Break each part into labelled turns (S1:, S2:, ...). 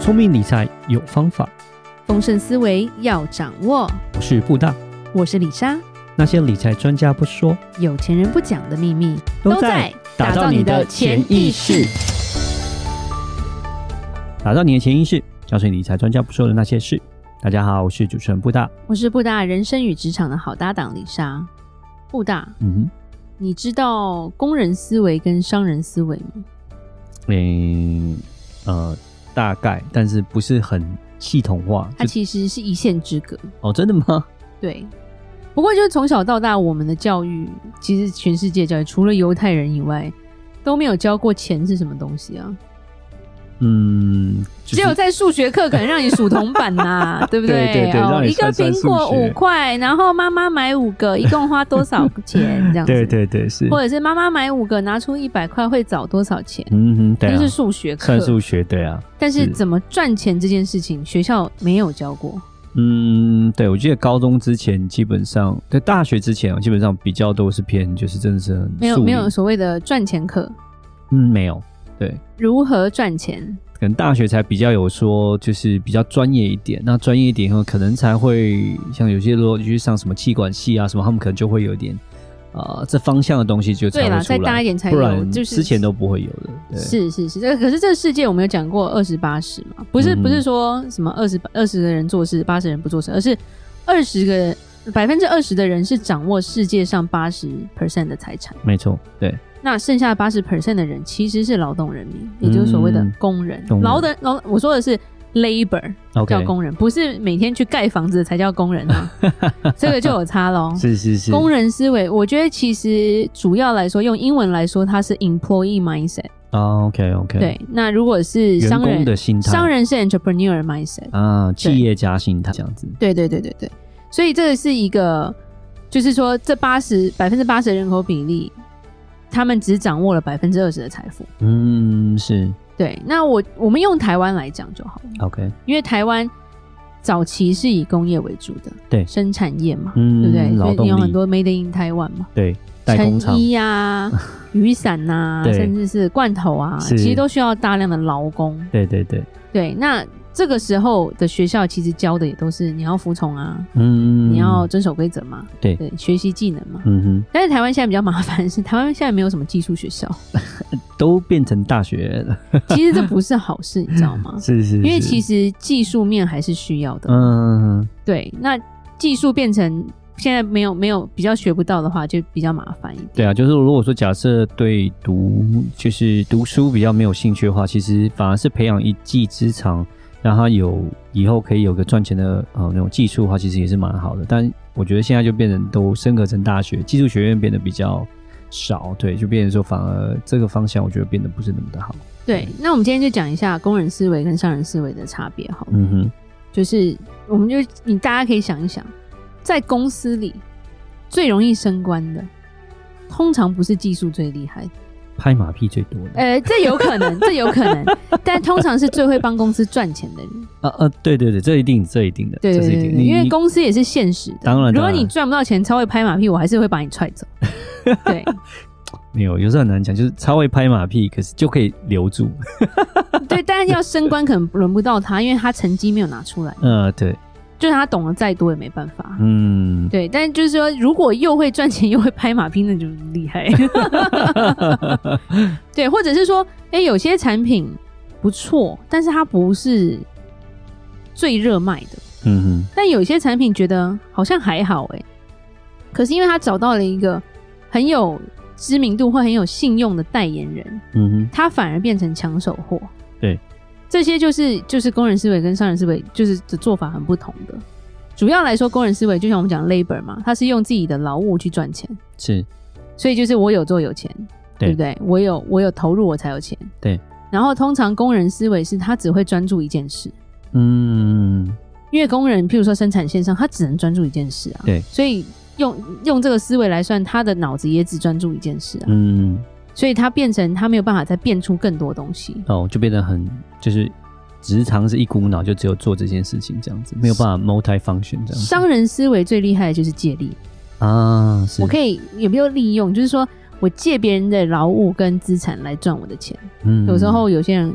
S1: 聪明理财有方法，
S2: 丰盛思维要掌握。
S1: 我是布大。
S2: 我是李莎，
S1: 那些理财专家不说，
S2: 有钱人不讲的秘密
S1: 打造你的潜意识，，打造你的潜意识，告诉你理财专家不说的那些事。大家好，我是主持人布大。
S2: 我是布大人生与职场的好搭档李莎。布大，
S1: 嗯
S2: 你知道工人思维跟商人思维吗？
S1: 哼，诶、呃，大概，但是不是很系统化。
S2: 它
S1: 就
S2: 其实是一线之隔。
S1: 哦，真的吗？
S2: 对，不过就是从小到大，我们的教育其实全世界教育除了犹太人以外，都没有教过钱是什么东西啊。
S1: 嗯，就
S2: 只有
S1: 是
S2: 在数学课可能让你数铜板呐、 对不
S1: 对对对
S2: 哦，
S1: 让你
S2: 一个
S1: 算算
S2: 苹果
S1: 数学
S2: 五块，然后妈妈买五个，一共花多少钱？ 这样子。
S1: 对对对是，
S2: 或者是妈妈买五个，拿出一百块会找多少钱？
S1: 嗯哼，对
S2: 这
S1: 啊
S2: 是，数学课
S1: 算，数学，对啊，
S2: 但是
S1: 是
S2: 怎么赚钱这件事情，学校没有教过。
S1: 嗯，对，我记得高中之前基本上，在大学之前啊，基本上比较都是偏，就是真的是很
S2: 没有
S1: 术
S2: 没
S1: 语
S2: 有，所谓的赚钱课，
S1: 嗯，没有，对，
S2: 如何赚钱？
S1: 可能大学才比较有说，就是比较专业一点。那专业一点以后，可能才会像有些如果你去上什么气管系啊什么，他们可能就会有一点呃这方向的东西就才
S2: 对啦
S1: 会出
S2: 再大一
S1: 来，
S2: 点才
S1: 不
S2: 有，
S1: 然
S2: 就是
S1: 之前都不会有的。对，
S2: 是是是，这个可是这个世界我们有讲过二十八十嘛，不是
S1: 嗯
S2: 不是说什么二十二十个人做事，八十人不做事，而是二十个人百分之二十的人是掌握世界上八十 percent 的财产，
S1: 没错，对，
S2: 那剩下八十 percent 的人其实是劳动人民，也就是所谓的
S1: 嗯
S2: 工人。
S1: 工人
S2: 劳的劳，我说的是 labor 叫
S1: OK，
S2: 工人，不是每天去盖房子的才叫工人 啊，这个就有差喽。
S1: 是是是，
S2: 工人思维，我觉得其实主要来说，用英文来说，它是 employee mindset。
S1: 啊，OK OK，，
S2: 对，那如果是
S1: 员
S2: 商
S1: 工
S2: 人，
S1: 的心态，
S2: 商人是 entrepreneur mindset。
S1: 啊，企业家心态这样子，
S2: 对对对对对，所以这个是一个，就是说这八十百分之八十的人口比例，他们只掌握了百分之二十的财富。
S1: 嗯，是
S2: 对，那我我们用台湾来讲就好了，
S1: OK，
S2: 因为台湾早期是以工业为主的，
S1: 对
S2: 生产业嘛，
S1: 嗯，
S2: 对不对？所
S1: 劳
S2: 以你
S1: 动
S2: 有
S1: 力
S2: 很多 Made in Taiwan 嘛，
S1: 对代工
S2: 成
S1: 厂，
S2: 衣啊、雨伞呐、
S1: 对
S2: 甚至是罐头啊，
S1: 是
S2: 其实都需要大量的劳工。
S1: 对对对，
S2: 对，那这个时候的学校其实教的也都是你要服从啊，
S1: 嗯，
S2: 你要遵守规则嘛，
S1: 对
S2: 对，学习技能嘛。
S1: 嗯
S2: 但是台湾现在比较麻烦的是，台湾现在没有什么技术 学校，
S1: 哼，都变成大学了，
S2: 其实这不是好事，你知道吗？
S1: 是是，
S2: 因为
S1: 是
S2: 其实技术面还是需要的。
S1: 嗯，
S2: 对，那技术变成现在没有没有比较学不到的话，就比较麻烦一点。
S1: 对啊，就是如果说假设对读就是读书比较没有兴趣的话，其实反而是培养一技之长，让他有以后可以有个赚钱的呃那种技术的话，其实也是蛮好的。但我觉得现在就变成都升格成大学，技术学院变得比较少，对，就变成说反而这个方向我觉得变得不是那么的好。
S2: 对，那我们今天就讲一下工人思维跟商人思维的差别好了。
S1: 嗯哼，
S2: 就是我们就你大家可以想一想，在公司里最容易升官的，通常不是技术最厉害的，
S1: 拍马屁最多的。
S2: 呃，这有 可能，这有可能，但通常是最会帮公司赚钱的人。
S1: 啊啊，对对对，这一定这一定的，
S2: 对
S1: 这
S2: 对
S1: 是一
S2: 对
S1: 定
S2: 对，
S1: 的，
S2: 因为
S1: 你
S2: 公司也是现实的。
S1: 当然
S2: 如
S1: 当
S2: 果
S1: 然
S2: 你赚不到钱，超会拍马屁，我还是会把你 踹走。对
S1: 没有，有时候很难讲，就是超会拍马屁，可是就可以留住。
S2: 对，但是要升官可能轮不到他，因为他成绩没有拿出来，
S1: 呃，对，
S2: 就是他懂得再多也没办法。
S1: 嗯，
S2: 对，但就是说，如果又会赚钱又 会拍马屁，那就厉害。对，或者是说，哎、有些产品不错，但是它不是最热卖的，
S1: 嗯
S2: 但有些产品觉得好像还好、哎，可是因为他找到了一个很有知名度或很有信用的代言人，
S1: 哼，嗯哼，
S2: 他反而变成抢手货。
S1: 对，
S2: 这些就是就是工人思维跟商人思维就是的做法很不同的。主要来说，工人思维就像我们讲 labor 嘛，他是用自己的劳务去赚钱，
S1: 是，
S2: 所以就是我有做有钱，
S1: 对
S2: 不对？我有我有投入，我才有钱。
S1: 对。
S2: 然后通常工人思维是他只会专注一件事，
S1: 嗯，
S2: 因为工人譬如说生产线上，他只能专注一件事啊。
S1: 对
S2: 所以用用这个思维来算，他的脑子也只专注一件事啊，
S1: 嗯，
S2: 所以他变成他没有办法再变出更多东西。
S1: 哦，就变得很就是职场是一股脑就只有做这件事情这样子，没有办法 multi function 这样子
S2: 商人思维最厉害的就是借力，
S1: 啊，是，
S2: 我可以有没有利用？就是说我借别人的劳务跟资产来赚我的钱。
S1: 嗯
S2: 有时候有些人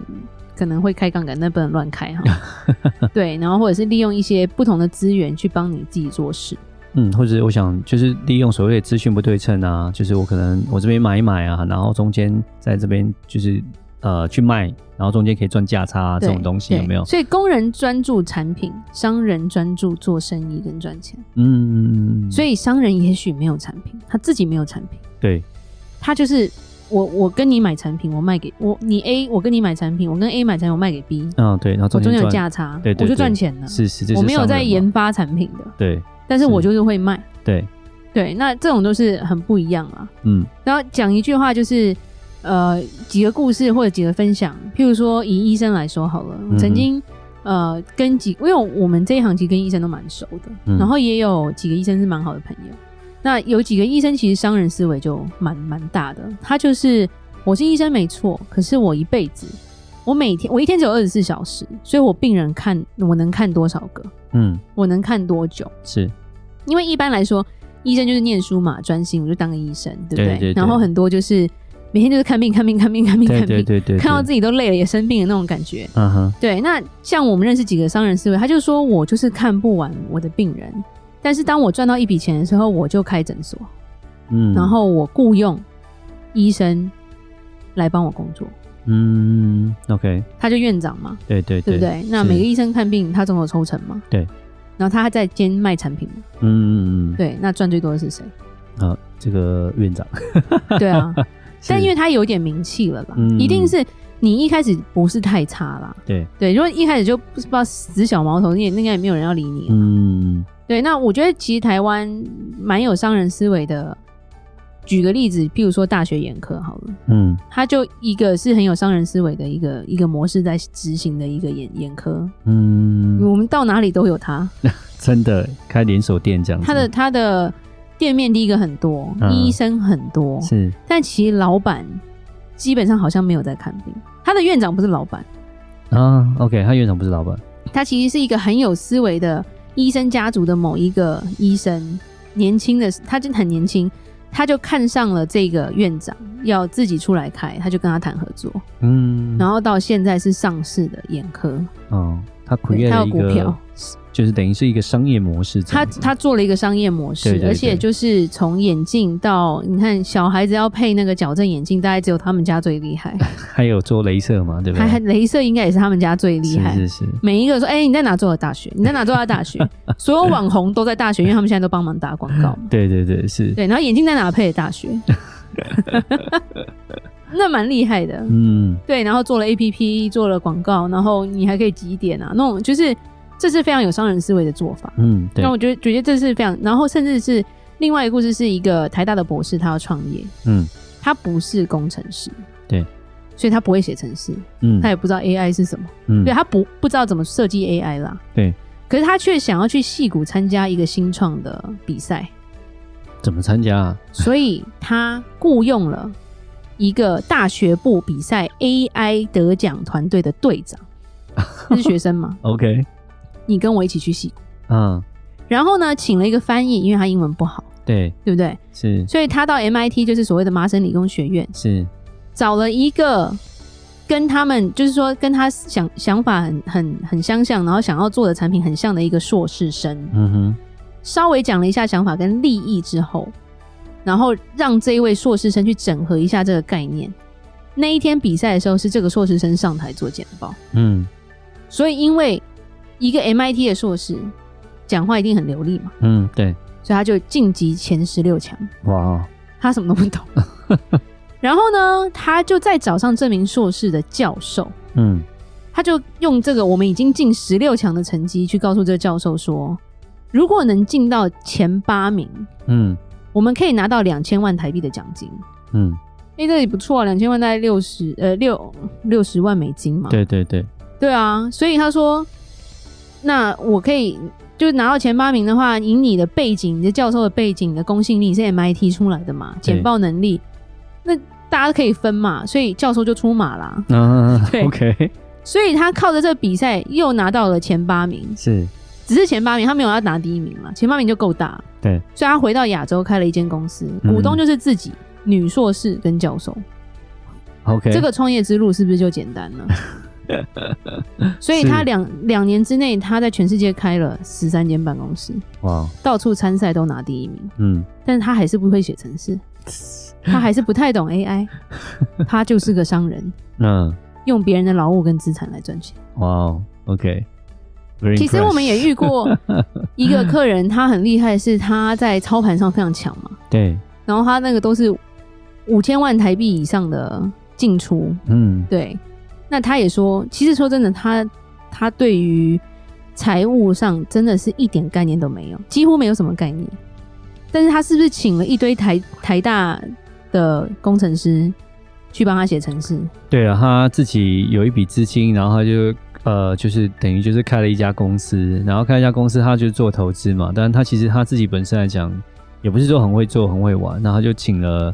S2: 可能会开杠杆，但不能 乱开哈。对，然后或者是利用一些不同的资源去帮你自己做事。
S1: 嗯，或者我想就是利用所谓的资讯不对称啊，就是我可能我这边买一买啊，然后中间在这边就是呃去卖，然后中间可以赚价差、啊、这
S2: 对
S1: 种东西
S2: 对
S1: 有没有？
S2: 所以工人专注产品，商人专注做生意跟赚钱。
S1: 嗯，
S2: 所
S1: 以
S2: 以商人也许没有产品，他自己没有产品，
S1: 对，
S2: 他就是我我跟你买产品，我卖给我你 A，我跟你买产品，我跟 A 买产品，我卖给 B，
S1: 嗯对，然后
S2: 我
S1: 中
S2: 中
S1: 间
S2: 间
S1: 赚
S2: 有价差，
S1: 对对
S2: 我就
S1: 对
S2: 赚钱了。
S1: 是是，这是
S2: 我没有
S1: 商人
S2: 在
S1: 嘛
S2: 研发产品的，
S1: 对
S2: 但是
S1: 是
S2: 我就是会卖。
S1: 对，
S2: 对，那这种都是很不一样啊。
S1: 嗯
S2: 然后讲一句话就是，呃，几个故事或者几个分享，譬如说以医生来说好了，我
S1: 嗯
S2: 曾
S1: 哼
S2: 经呃跟几，因为我们这一行其实跟医生都蛮熟的，
S1: 嗯
S2: 然后也有几个医生是蛮好的朋友。那有几个医生其实商人思维就蛮蛮大的，他就是我是医生没错，可是我一辈子。我每天我一天只有二十四小时，所以我病人看我能看多少个，
S1: 嗯
S2: 我能看多久，
S1: 是
S2: 因为一般来说，医生就是念书嘛，专心，我就当个医生，对不对？
S1: 对对对
S2: 然后很多就是每天就是看病、看病、看病、看病、看
S1: 对
S2: 病，
S1: 对对对，
S2: 看到自
S1: 己
S2: 己都累了，也生病了那种感觉。
S1: 嗯哼
S2: 对，那像我们认识几个商人思维，他就说我就是看不完我的病人，但是当我赚到一笔钱的时候，我就开诊所，
S1: 嗯，
S2: 然后我雇佣医生来帮我工作，
S1: 嗯 OK
S2: 他就院长嘛，
S1: 对对
S2: 对不对？那
S1: 是
S2: 每个医生看病，他总有抽成嘛，
S1: 对。
S2: 然后他还在兼卖产品嘛，
S1: 嗯嗯嗯
S2: 对，那赚最多的是谁？
S1: 嗯啊这个院长，
S2: 对啊，但
S1: 是
S2: 因为他有点名气了啦，
S1: 嗯
S2: 一定是你一开始不是太差啦。
S1: 对
S2: 对，如果一开始就不知道死小毛头，你也应该也没有人要理你。啊
S1: 嗯
S2: 对，那我觉得其实台湾蛮有商人思维的。举个例子，譬如说大学眼科好了，
S1: 嗯
S2: 它就一个是很有商人思维的一个一个模式在执行的一个眼眼科，
S1: 嗯，
S2: 我们到哪里都有它。
S1: 真的开连锁店这样子，
S2: 它的它的店面第一个很多，
S1: 嗯
S2: 医生很多，
S1: 是
S2: 但其实老板基本上好像没有在看病，他的院长不是老板，
S1: 啊 OK，他院长不是老板，
S2: 他其实是一个很有思维的医生家族的某一个医生，年轻的他真的很年轻，他就看上了这个院长，要自己出来开，他就跟他谈合作，
S1: 嗯，
S2: 然
S1: 后
S2: 后到现在是上市的眼 科，
S1: 哦他
S2: 对
S1: create
S2: 他
S1: 了
S2: 有
S1: 一
S2: 股
S1: 个
S2: 票，
S1: 就是等于是一个商业模式这
S2: 他
S1: 样子，
S2: 他做了一个商业模式，
S1: 对对对
S2: 而且就是从眼镜到你看小孩子要配那个矫正眼镜，大概只有他们家最厉害，
S1: 还有做镭射嘛， 对不对？啊
S2: 还还镭射应该也是他们家最厉害，
S1: 是是是，
S2: 每一个说：“哎、你在哪做的大学？你在哪做的大学？” 所有网红都在大学，因为他们现在都帮忙打广告嘛。
S1: 对对对是，
S2: 对，然后眼镜在哪配的 大学？那蛮厉害的。
S1: 嗯
S2: 对，然后做了 APP，做了广告，然后你还可以集点啊，那种就是这是非常有商人思维的做法。
S1: 嗯对
S2: 那，我觉得觉得这是非常，然后甚至是另外一个故事是一个台大的博士，他要创业，
S1: 嗯
S2: 他不是工程师，
S1: 对，
S2: 所以他不会写程式，
S1: 嗯
S2: 他也不知道 AI 是什么。
S1: 嗯
S2: 对他啊不不知道怎么设计 AI 啦。
S1: 对，
S2: 可是他却想要去戏谷参加一个新创的比赛，
S1: 怎么参加啊？
S2: 所以他雇佣了一个大学部比赛 AI 得奖团队的队长，这是学生嘛？
S1: OK，
S2: 你跟我一起去戏谷。
S1: 嗯，
S2: 然后呢，请了一个翻译，因为他英文不好，
S1: 对，
S2: 对不对？
S1: 是
S2: 所以他到 MIT 就是所谓的麻省理工学院，
S1: 是，
S2: 找了一个跟他们就是说跟他想想法很很很相像，然后想要做的产品很像的一个硕士生，
S1: 嗯哼，
S2: 稍微讲了一下想法跟利益之后，然后让这一位硕士生去整合一下这个概念。那一天比赛的时候，是这个硕士生上台做简报，
S1: 嗯
S2: 所以因为一个 MIT 的硕士讲话一定很流利嘛，
S1: 嗯，对，
S2: 所以他就晋级前十六强。
S1: 哇哦，
S2: 他什么都不懂，然后呢，他就再找上这名硕士的教授，
S1: 嗯
S2: 他就用这个我们已经进十六强的成绩去告诉这个教授说，如果能进到前八名，
S1: 嗯
S2: 我们可以拿到两千万台币的奖金。
S1: 嗯，
S2: 哎、这也不错啊，两千万大概六十呃六六十万美金嘛。
S1: 对对对，
S2: 对啊，所以他说，那我可以就是拿到前八名的话，以你的背景、你的教授的背景、你的公信力，你是 MIT 出来的嘛，
S1: 对
S2: 简报能力，那大家可以分嘛，所以教授就出马啦。
S1: 啊
S2: 对
S1: ，OK，
S2: 所以他靠着这比赛又拿到了前八名，
S1: 是，
S2: 只是前八名，他没有要拿第一名了，前八名就够大。
S1: 对，
S2: 所以他回到亚洲开了一间公司，
S1: 嗯
S2: 股东就是自己、女硕士跟教授。
S1: OK，
S2: 这个创业之路是不是就简单了？所以
S1: 是
S2: 他两两年之内，他在全世界开了十三间办公室，
S1: 哇，
S2: 到处参赛都拿第一名，
S1: 嗯，
S2: 但是他还是不会写程 式，他还是不太懂 AI，他就是个 商人，
S1: 那
S2: 用别人的劳务跟资产来赚钱。
S1: 哇哦，OK。
S2: 其实我们也遇过一个客人，他很厉害，是他在操盘上非常强嘛，
S1: 对，
S2: 然后他那个都是五千万台币以上的进出，
S1: 嗯，
S2: 对，那他也说，其实说真的，他他对于财务上真的是一点概念都没有，几乎没有什么概念。但是他是不是请了一堆台台大的工程师去帮他写程式？
S1: 对了，他自己有一笔资金，然后他就呃，就是等于就是开了一家公司，然后开一家公司，他就做投资嘛。但是他其实他自己本身来讲，也不是说很会做、很会玩，那他就请了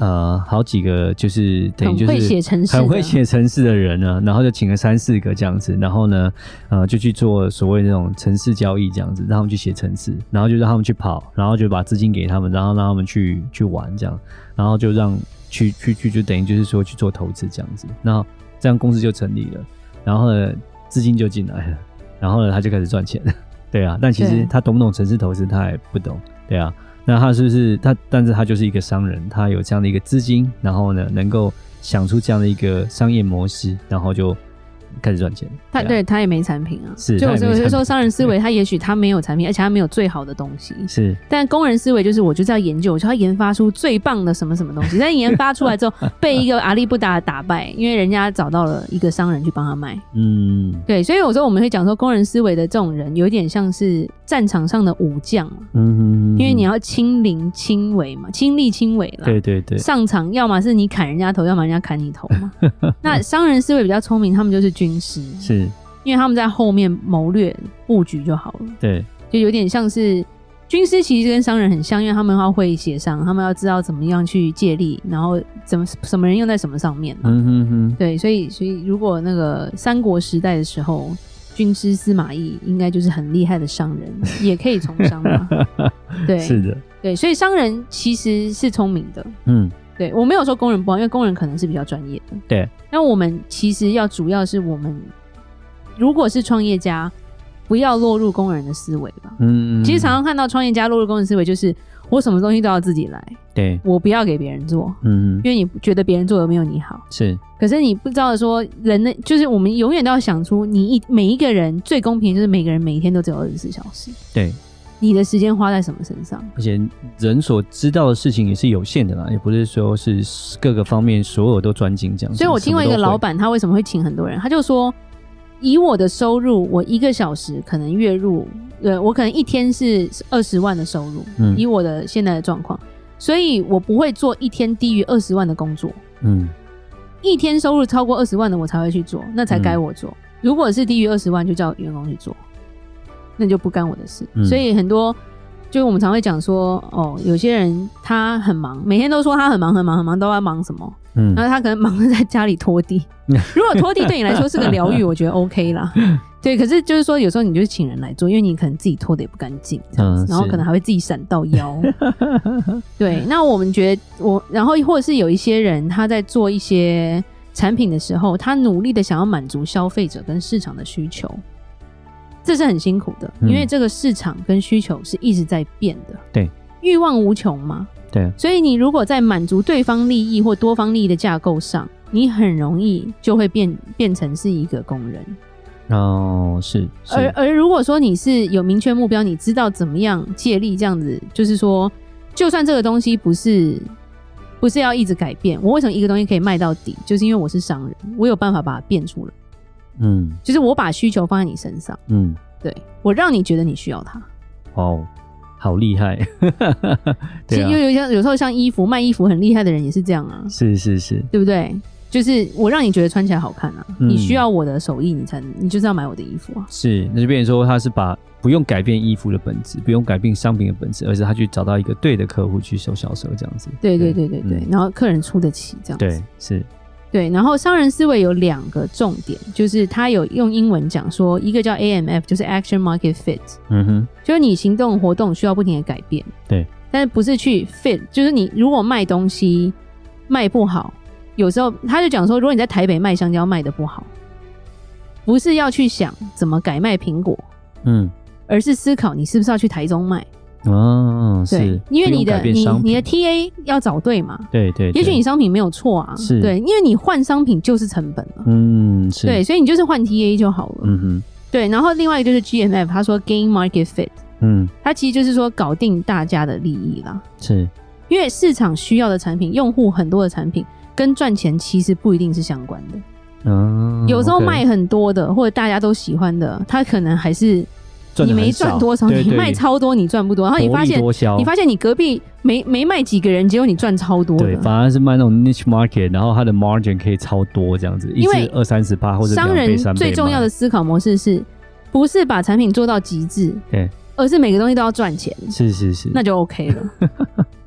S1: 呃好几个，就是等于
S2: 很
S1: 就是
S2: 会写程式的
S1: 很会写城市的人呢，然后就请了三四个这样子，然后呢，呃，就去做所谓那种城市交易这样子，让他们去写城市，然后就让他们去跑，然后就把资金给他们，然后让他们去去玩这样，然后就让去去去就等于就是说去做投资这样子，那这样公司就成立了，然后呢，资金就进来了，然后呢，他就开始赚钱， 对啊，但其
S2: 对
S1: 实他懂不懂城市投资，他也不懂，对啊，那他是不是他？但是他就是一个商人，他有这样的一个资金，然后呢，能够想出这样的一个商业模式，然后就开始赚钱。
S2: 他
S1: 啊
S2: 对他也没产品啊，
S1: 是
S2: 就
S1: 他
S2: 有
S1: 也
S2: 时候
S1: 没
S2: 有
S1: 产
S2: 时候
S1: 品
S2: 商人思维，他也许他没有产品，而且他没有最好的东西。
S1: 是
S2: 但工人思维就是，我就是要研究，我就要研发出最棒的什么什么东西。但研发出来之 后，被一个阿里不达打败，因为人家找到了一个商人去帮他卖。
S1: 嗯
S2: 对，所以有时候我们会讲说，工人思维的这种人有点像是战场上的武将嘛，
S1: 嗯，
S2: 因为你要亲临亲为嘛，亲力亲为啦。
S1: 对对对，
S2: 上场要么是你砍人家头，要么人家砍你头 嘛。那商人思维比较聪明，他们就是军师，
S1: 是
S2: 因为他们在后面谋略布局就好了，
S1: 对
S2: 就有点像是军师，其实跟商人很像，因为他们要会协商，他们要知道怎么样去借力，然后怎么什么人用在什么上面嘛。
S1: 嗯哼哼，
S2: 对，所以所以如果那个三国时代的时候，军师司马懿应该就是很厉害的商人，也可以从商 嘛。对，
S1: 是的，
S2: 对，所以商人其实是聪明的。
S1: 嗯
S2: 对我没有说工人不好，因为工人可能是比较专业的。
S1: 对，
S2: 那我们其实要主要是我们如果是创业家，不要落入工人的思维吧。
S1: 嗯，
S2: 其实常常看到创业家落入工人思维，就是我什么东西都要自己来，
S1: 对，
S2: 我不要给别人做，
S1: 嗯
S2: 因为你觉得别人做的没有你好。
S1: 是
S2: 可是你不知道说人的，就是我们永远都要想出你一每一个人最公平，就是每个人每一天都只有二十四小时，
S1: 对，
S2: 你的时间花在什么身上？
S1: 而且人所知道的事情也是有限的啦，也不是说是各个方面所有都专精这样子。
S2: 所以我听过一个
S1: 什么都会
S2: 老，板，他为什么会请很多人？他就说，以我的收入，我一个小时可能月入，呃，我可能一天是二十万的收入，
S1: 嗯
S2: 以我的现在的状况，所以我不会做一天低于二十万的工作，
S1: 嗯
S2: 一天收入超过二十万的我才会去做，那才该
S1: 嗯
S2: 我做。如果是低于二十万，就叫员工去做，那就不干我的事。
S1: 嗯
S2: 所以很多就我们常会讲说，哦，有些人他很忙，每天都说他很忙很忙很忙，都在忙什么？
S1: 嗯
S2: 然后他可能忙着在家里 拖地。如果拖地对你来说是个疗愈，我觉得 OK 啦。对，可是就是说，有时候你就是请人来做，因为你可能自己拖的也不干净，这样
S1: 嗯
S2: 子，然后
S1: 是
S2: 可能还会自己闪到 腰。对，那我们觉得我，然后或者是有一些人他在做一些产品的时候，他努力的想要满足消费者跟市场的需求，这是很辛苦的，因
S1: 嗯
S2: 为这个市场跟需求是一直在变的。
S1: 对，
S2: 欲望无穷嘛。
S1: 对，
S2: 所以你如果在满足对方利益或多方利益的架构上，你很容易就会变变成是一个工人。
S1: 哦是是
S2: 而而如果说你是有明确目标，你知道怎么样借力这样子，就是说，就算这个东西不是不是要一直改变，我为什么一个东西可以卖到底，就是因为我是商人，我有办法把它变出来，
S1: 嗯
S2: 就是我把需求放在你身上，
S1: 嗯
S2: 对我让你觉得你需要它。
S1: 哦，好厉害！
S2: 其
S1: 对
S2: 实有
S1: 啊，
S2: 有像有时候像衣服卖衣服很厉害的人也是这样啊，
S1: 是是是，
S2: 对不对？就是我让你觉得穿起来好看啊，
S1: 嗯
S2: 你需要我的手艺，你才能你就是要买我的衣服啊。
S1: 是，那就变成说他是把不用改变衣服的本质，不用改变商品的本质，而是他去找到一个对的客户去收销售这样子。
S2: 对对对对对，
S1: 嗯
S2: 然后客人出得起这样子。
S1: 对，是，
S2: 对，然后商人思维有两个重点，就是他有用英文讲说，一个叫 AMF，就是 Action Market Fit，
S1: 嗯哼，
S2: 就是你行动活动需要不停的改变。
S1: 对，
S2: 但是不是去 fit，就是你如果卖东西卖不好，有时候他就讲说，如果你在台北卖香蕉卖的不好，不是要去想怎么改卖苹果，
S1: 嗯
S2: 而是思考你是不是要去台中卖。
S1: 啊，
S2: 对
S1: 是，，
S2: 因为
S1: 不用
S2: 你的
S1: 改变
S2: 你
S1: 商
S2: 你的
S1: 品
S2: TA 要找对嘛，
S1: 对对，
S2: 也许
S1: 对
S2: 你商品没有错啊，
S1: 是
S2: 对，因为你换商品就是成本了。
S1: 嗯是
S2: 对，，所以你就是换 TA 就好了。
S1: 嗯哼
S2: 对，然后另外一个就是 GMF，他说 Gain Market Fit，
S1: 嗯
S2: 它其实就是说搞定大家的利益啦。
S1: 是
S2: 因为市场需要的产品，用户很多的产品，跟赚钱其实不一定是相关的。
S1: 啊，
S2: 有时候
S1: OK
S2: 卖很多的，或者大家都喜欢的，它可能还是
S1: 赚
S2: 你
S1: 得很
S2: 没赚
S1: 少
S2: 多少，
S1: 对
S2: 你
S1: 对
S2: 卖超多，你赚不多。然后你
S1: 薄
S2: 发
S1: 利
S2: 现，
S1: 多销
S2: 你发现你隔壁没没卖几个人，结果你赚超多
S1: 对，
S2: 的。
S1: 反而是卖那种 niche market，然后它的 margin 可以超多这样子，一
S2: 因为
S1: 支二三十趴或者
S2: 商
S1: 两倍
S2: 人
S1: 三倍
S2: 最重要的
S1: 卖
S2: 思考模式是不是把产品做到极致，
S1: 对，
S2: 而是每个东西都要赚钱，
S1: 是是是，
S2: 那就 OK 了。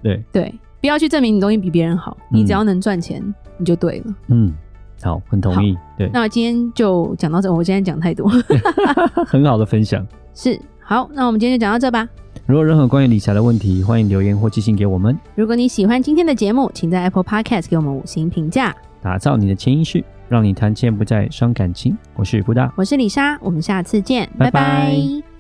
S1: 对，
S2: 对，不要去证明你东西比别人好，
S1: 嗯
S2: 你只要能赚钱，你就对了。
S1: 嗯，好，很同意，对，
S2: 那今天就讲到这，我今天讲太多
S1: 很好的分享。
S2: 是好，那我们今天就讲到这吧。
S1: 如果有任何关于理财的问题，欢迎留言或寄信给我们，
S2: 如果你喜欢今天的节目，请在 Apple Podcast 给我们五星评价。
S1: 打造你的潜意识，让你谈钱不再伤感情。我是布大。
S2: 我是李莎，我们下次见，
S1: 拜
S2: 拜
S1: 拜
S2: 拜